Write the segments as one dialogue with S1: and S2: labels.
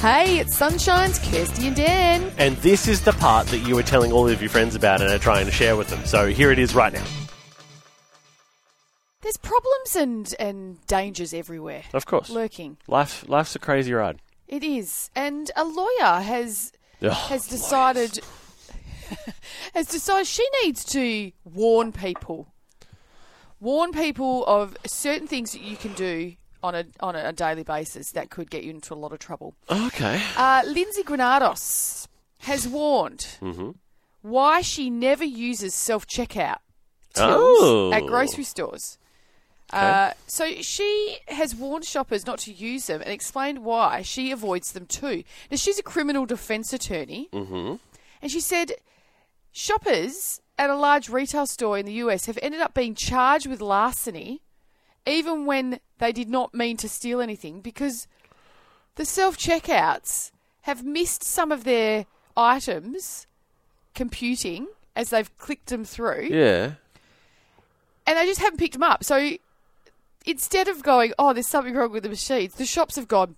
S1: Hey, it's Sunshine's Kirsty and Dan.
S2: And this is the part that you were telling all of your friends about and are trying to share with them. So here it is right now.
S1: There's problems and, and dangers everywhere.
S2: Of course.
S1: Lurking.
S2: Life, life's a crazy ride.
S1: It is. And a lawyer has
S2: Ugh,
S1: has decided has decided she needs to warn people. Warn people of certain things that you can do on a on a daily basis that could get you into a lot of trouble.
S2: Okay.
S1: Uh, Lindsay Granados has warned
S2: Mm-hmm.
S1: why she never uses self checkout tills
S2: Oh.
S1: at grocery stores. Uh, so she has warned shoppers not to use them and explained why she avoids them too. Now she's a criminal defence attorney, mm-hmm. and she said shoppers at a large retail store in the US have ended up being charged with larceny, even when they did not mean to steal anything, because the self checkouts have missed some of their items computing as they've clicked them through
S2: Yeah.
S1: and they just haven't picked them up. So instead of going, oh, there's something wrong with the machines, the shops have gone,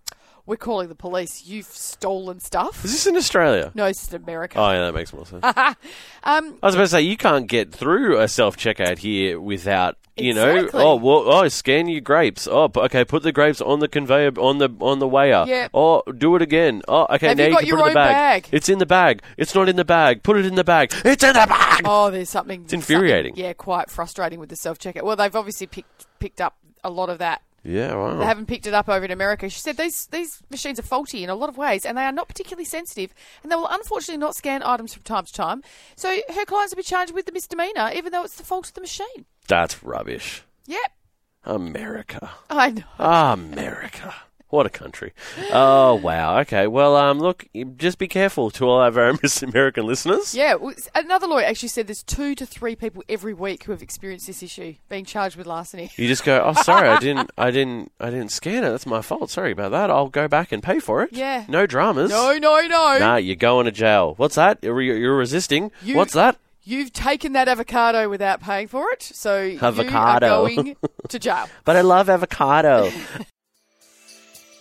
S1: we're calling the police. You've stolen stuff.
S2: Is this in Australia?
S1: No, it's in America.
S2: Oh, yeah, that makes more sense. um, I was about to say, you can't get through a self checkout here without. You
S1: Exactly.
S2: know, oh well, oh scan your grapes. Oh, p- okay, put the grapes on the conveyor on the on the weigher.
S1: Yep.
S2: Oh, do it again. Oh, okay,
S1: Have
S2: now
S1: you
S2: you,
S1: got
S2: can
S1: your
S2: put it in the
S1: own
S2: bag.
S1: bag?
S2: It's in the bag. It's not in the bag. Put it in the bag. It's in the bag.
S1: oh, there's something. It's
S2: infuriating.
S1: yeah, quite frustrating with the self checkout. Well, they've obviously picked picked up a lot of that.
S2: Yeah, wow.
S1: They haven't picked it up over in America. She said these these machines are faulty in a lot of ways, and they are not particularly sensitive, and they will unfortunately not scan items from time to time. So her clients will be charged with the misdemeanor, even though it's the fault of the machine.
S2: That's rubbish.
S1: Yep,
S2: America.
S1: I know.
S2: America. What a country. Oh, wow. Okay. Well, um, look, just be careful to all of our Miss American listeners.
S1: Yeah, well, s- another lawyer actually said there's two to three people every week who have experienced this issue, being charged with larceny.
S2: You just go, oh, sorry, I didn't, I didn't, I didn't scan it. That's my fault. Sorry about that. I'll go back and pay for it.
S1: Yeah.
S2: No dramas.
S1: No, no, no.
S2: Nah, you're going to jail. What's that? You're, you're resisting.
S1: You-
S2: What's that?
S1: You've taken that avocado without paying for it, so
S2: Avocado.
S1: you are going to jail.
S2: But I love avocado.